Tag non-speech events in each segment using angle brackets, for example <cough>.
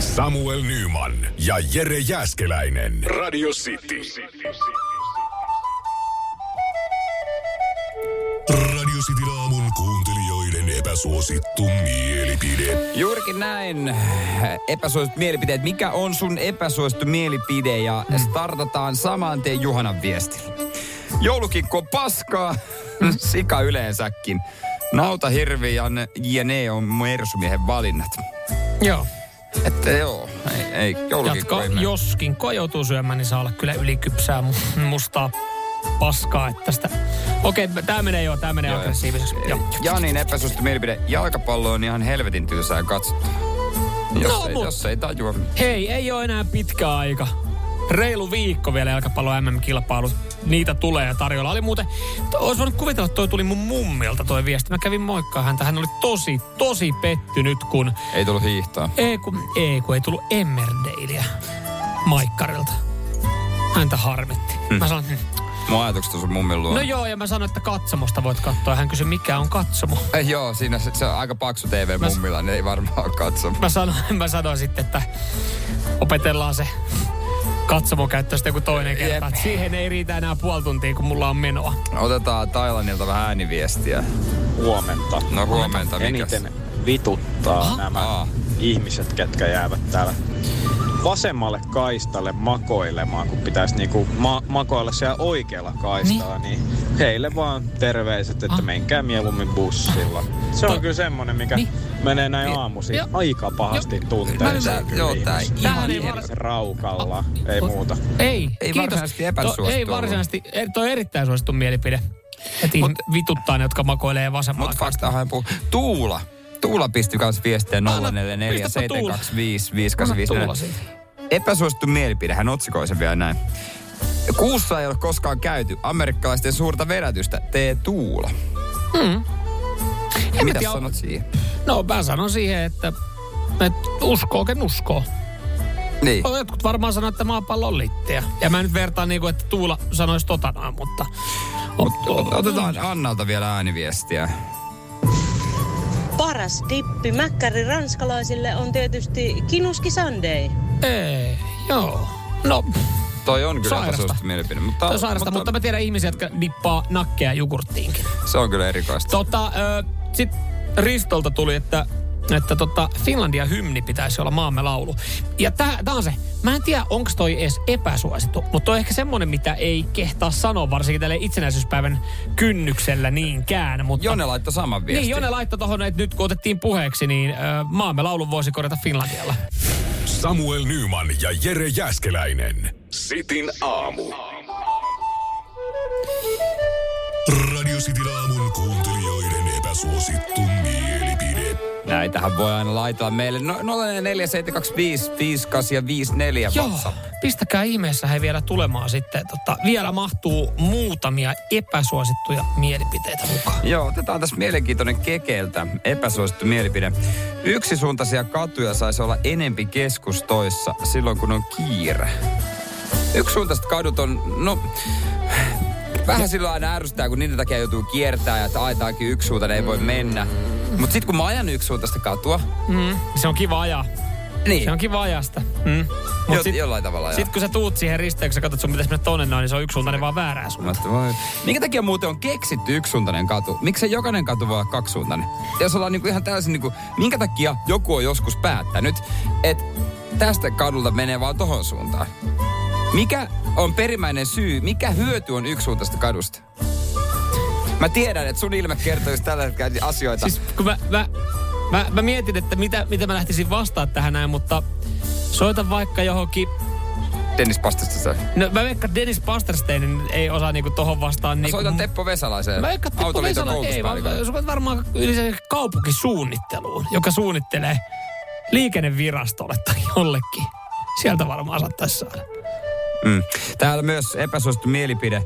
Samuel Nyman ja Jere Jäskeläinen. Radio City. Radio City aamun kuuntelijoiden epäsuosittu mielipide. Juurikin näin. Epäsuosittu mielipiteet. Mikä on sun epäsuosittu mielipide? Ja Hmm. startataan saman tien Juhanan viestillä. Joulukikko on paskaa, Hmm. <laughs> sika yleensäkin. Nauta, hirvi ja ne- jne E on mersumiehen valinnat. Joo. Että joo, ei, ei joulukikko Jatka, ei mene. joskin kun joutuu syömään, niin saa olla kyllä ylikypsää mu- mustaa paskaa. Että tästä... Okei, tämä menee jo, tämä menee Joo, aggressiiviseksi. Joo. Ja niin, epäsuosittu mielipide. Jalkapallo on ihan helvetin tylsää katsottua. Jos, No, ei, mut- jos ei tajua. Hei, ei ole enää pitkä aika. Reilu viikko vielä jalkapallo MM-kilpailut. Niitä tulee ja tarjolla. Oli muuten, olisi voinut kuvitella, että toi tuli mun mummilta toi viesti. Mä kävin moikkaa häntä. Hän oli tosi, tosi pettynyt, kun Ei tullut hiihtoa. ei kun ei, kun ei tullut Emmerdaleä Maikkarilta. Häntä harmitti. Mä sanoin, "Hm, Mun ajatukset on sun mummin luona. no joo, ja mä sanoin, että katsomosta voit katsoa. Hän kysyi, mikä on katsomo. Eh, joo, siinä se, se on aika paksu TV Mä s- mummilla, ne ei varmaan ole katsonut. Mä sanoin, <laughs> mä sanoin sitten, että opetellaan se katsomon käyttö sitten joku toinen kerta. Jep. Et Siihen ei riitä enää puoli tuntia, kun mulla on menoa. Otetaan Tailanilta vähän ääniviestiä. huomenta. No huomenta, mikäs? Eniten vituttaa Aha. nämä Aa. ihmiset, ketkä jäävät täällä vasemmalle kaistalle makoilemaan, kun pitäisi niinku ma- makoilla siellä oikealla kaistalla, niin. heille vaan terveiset, että Ah. menkää mieluummin bussilla. Se Toi- on kyllä semmonen, mikä Niin. menee näin Niin. aamuisin Joo. aika pahasti Mä tunteen. ymmärrän. sen kyllä Joo, tää ihmiset. Tähän ei var- Ah. Raukalla, ei muuta. Ei, Ei kiitos. varsinaisesti epäsuosittu To- Ei ollut. varsinaisesti, ei, toi on erittäin suosittu mielipide. Heti Mut, vituttaa ne, jotka makoilee vasemmalla. Mut faktahan puu. Tuula. Tuula pisti kans viestiä Anna, pistäpä Tuula. 0447255854. Anna Tuula siitä. Epäsuosittu mielipide, hän otsikoi sen vielä näin. Kuussa ei ole koskaan käyty amerikkalaisten suurta vedätystä. Tee Tuula. En mä Mitä tiedä, sanot siihen? No mä sanon siihen, että, että uskoo, ken uskoo. Niin. No, Jotkut varmaan sanoo, että maapallo on litteä. Ja mä en nyt vertaan niinku, että Tuula sanoisi totanaan, mutta... Mut, ot- otetaan Annalta vielä ääniviestiä. Paras dippi mäkkäri ranskalaisille on tietysti kinuski sunday. Mm, Ei, joo. No, Toi on kyllä Sairasta. epäsuosittu mielipide. Mutta, se on sairasta, mutta mä tiedän ihmisiä, jotka dippaa nakkeja jogurttiinkin. se on kyllä erikoista. Tota, ö, sit Ristolta tuli, että, että tota, Finlandia hymni pitäisi olla maamme laulu. Ja tää, tää on se, mä en tiedä onko toi edes epäsuosittu, mutta toi on ehkä semmonen, mitä ei kehtaa sanoa, varsinkin tälle itsenäisyyspäivän kynnyksellä niinkään. Mutta... Jone laittoi saman viestin. Niin, Jone laittoi tohon, että nyt kun otettiin puheeksi, niin ö, maamme laulun voisi korjata Finlandialla. Samuel Nyman ja Jere Jäskeläinen. Sitin aamu. Radio City aamun kuuntelijoiden epäsuosittu mielipide. Näitähän voi aina laitella meille. No, 0472555854 Joo, WhatsApp. pistäkää ihmeessä he vielä tulemaan sitten. Tota, vielä mahtuu muutamia epäsuosittuja mielipiteitä mukaan. Joo, otetaan tässä mielenkiintoinen kekeltä, epäsuosittu mielipide. Yksisuuntaisia katuja saisi olla enempi keskustoissa silloin, kun on kiire. Yksisuuntaiset kadut on, no, vähän silloin aina ärsyttää, kun niiden takia joutuu kiertämään ja että aitaankin yksisuuntainen ei voi mennä. Mutta sitten kun mä ajan yksisuuntaista katua, Mm. Se on kiva ajaa. niin, Se on kiva ajaa sitä. Mm. Mut jo, sit, jollain tavalla ajaa. sit kun sä tuut siihen risteykseen, katsot sun pitäisi mennä tonne noin, niin se on yksisuuntainen vaan väärään Mä suuntaan. ajattelin, voi. Minkä takia muuten on keksitty yksisuuntainen katu? Miksei jokainen katu voi olla kaksisuuntainen? Ja Jos ollaan niinku ihan täysin niinku, minkä takia joku on joskus päättänyt, että tästä kadulta menee vaan tohon suuntaan? Mikä on perimmäinen syy, mikä hyöty on yksisuuntaista kadusta? Mä tiedän, että sun ilme kertoo just tällä hetkellä asioita. Siis kun mä, mä, mä, mä mietin, että mitä, mitä mä lähtisin vastaan tähän näin, mutta soita vaikka johonkin Dennis Pastasta sä. Mä No mä veikkaan Dennis Pastersteinin ei osaa niinku tohon vastaan niinku... soitan Teppo Vesalaiseen. Mä veikkaan Teppo Autoliiton Vesala, ei vaan koulutuspäällikölle. sä voit varmaan yli sen kaupunkisuunnitteluun, joka suunnittelee liikennevirastolle tai jollekin. Sieltä varmaan saattaisi saada. Mm. Täällä myös epäsuosittu mielipide.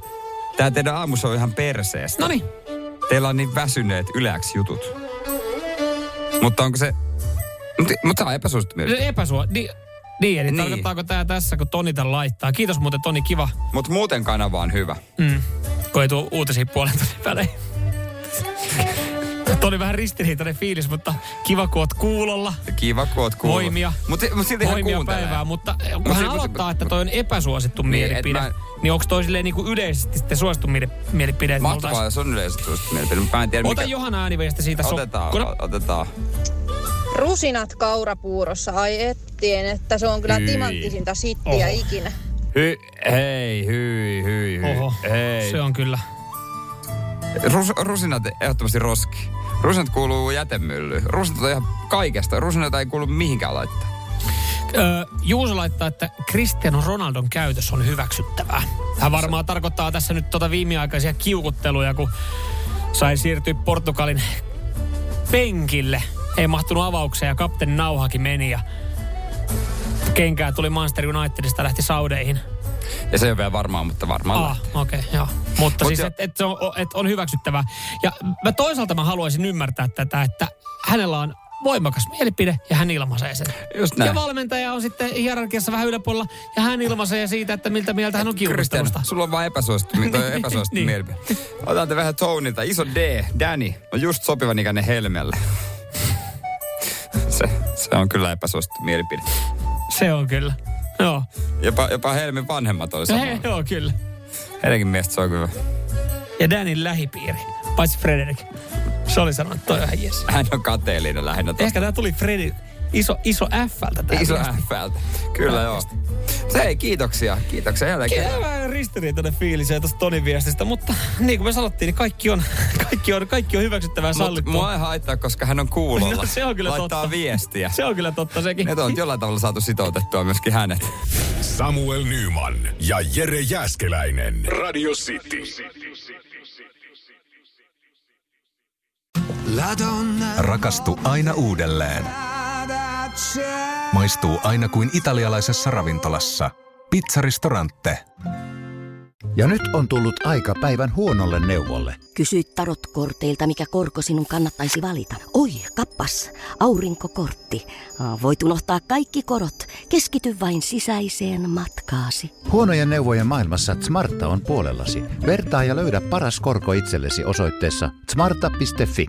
Tää teidän aamussa on ihan perseestä. No niin. Teillä on niin väsyneet yläks jutut. Mutta onko se... Mutta, mutta tää on epäsuosittu mielipide. Epäsuo... Ni, niin, eli Niin. niin. tarkoittaako tämä tässä, kun Toni tämän laittaa? Kiitos muuten Toni, kiva, Mutta muuten kanava on hyvä. kun ei tule uutisia puolen tunnin välein. Tuo oli vähän ristiriitainen fiilis, mutta kiva, kun oot kuulolla. Kiva, kun oot kuullut. Voimia. Mutta mut silti hän Voimia kuuntelee. päivää, mutta kun hän siis- aloittaa, että toi on epäsuosittu Niin, et mielipide, mä- niin onko toi silleen niinku yleisesti sitten suosittu miele- mielipide? että me Mahtavaa, jos on yleisesti suosittu mielipide. Mutta mä en tiedä, oltais- Ota mikä... Johanna ääniviesti siitä. so- Otetaan, kun- otetaan. Rusinat kaurapuurossa, ai ettien, että se on kyllä Hyi. timanttisinta sittiä Oho. ikinä. Hy, hei, hyi, hyi, hyi. Oho, hei. se on kyllä. Rus, rusinat ehdottomasti roski. Rusinat kuuluu jätemyllyyn. Rusinat on ihan kaikesta. Rusinat ei kuulu mihinkään laittaa. Öö, Juuso laittaa, että Cristiano Ronaldon käytös on hyväksyttävää. Hän varmaan tarkoittaa tässä nyt tota viimeaikaisia kiukutteluja, kun sai siirtyä Portugalin penkille. Ei mahtunut avaukseen ja kapteeni Nauhakin meni ja kenkää tuli Manchester Unitedista ja lähti Saudeihin. Ja se ei ole vielä varmaa, mutta varmaan. Ah, lähtee. okei, okay, joo. Mutta Mut siis, jo- että et se on, et on hyväksyttävää. Ja mä toisaalta mä haluaisin ymmärtää tätä, että hänellä on voimakas mielipide ja hän ilmaisee sen. Just näin. Ja valmentaja on sitten hierarkiassa vähän yläpuolella ja hän ilmaisee siitä, että miltä mieltä hän on Kristian, kiukustelusta. sulla on vaan epäsuosittu, toi on epäsuosittu <laughs> Niin. mielipide. Otan te vähän Tonylta. Iso D, Danny, on just sopivan ikäinen helmelle. <laughs> se, se on kyllä epäsuosittu mielipide. Se on kyllä. Joo. Jopa, jopa Helmin vanhemmat oli He, samaa. joo, kyllä. Heidänkin mielestä se on kyllä. Ja Danin lähipiiri, paitsi Frederik. Se oli sanonut, että toi on ihan jes. Hän on kateellinen lähinnä tosta. Ehkä tää tuli Fredi, iso, iso F-ltä tää Iso viesti. F-ltä. Kyllä joo. Se ei, kiitoksia. Kiitoksia jälleen kerran. Kyllä vähän ristiriitainen fiilis jäi tuosta Tonin viestistä, mutta niin kuin me sanottiin, niin kaikki on, <laughs> kaikki on, kaikki on hyväksyttävää Mut sallittua. mua ei haittaa, koska hän on kuulolla. <laughs> No, se on kyllä Laittaa totta. viestiä. Se on kyllä totta sekin. Ne on jollain tavalla saatu sitoutettua myöskin hänet. Samuel Nyman ja Jere Jäskeläinen. Radio City. Rakastu aina uudelleen. Maistuu aina kuin italialaisessa ravintolassa. Pizzaristorante. Ja nyt on tullut aika päivän huonolle neuvolle. Kysy tarotkorteilta, mikä korko sinun kannattaisi valita. Oi, kappas, aurinkokortti. Voit unohtaa kaikki korot. Keskity vain sisäiseen matkaasi. Huonojen neuvojen maailmassa Smarta on puolellasi. Vertaa ja löydä paras korko itsellesi osoitteessa smarta.fi.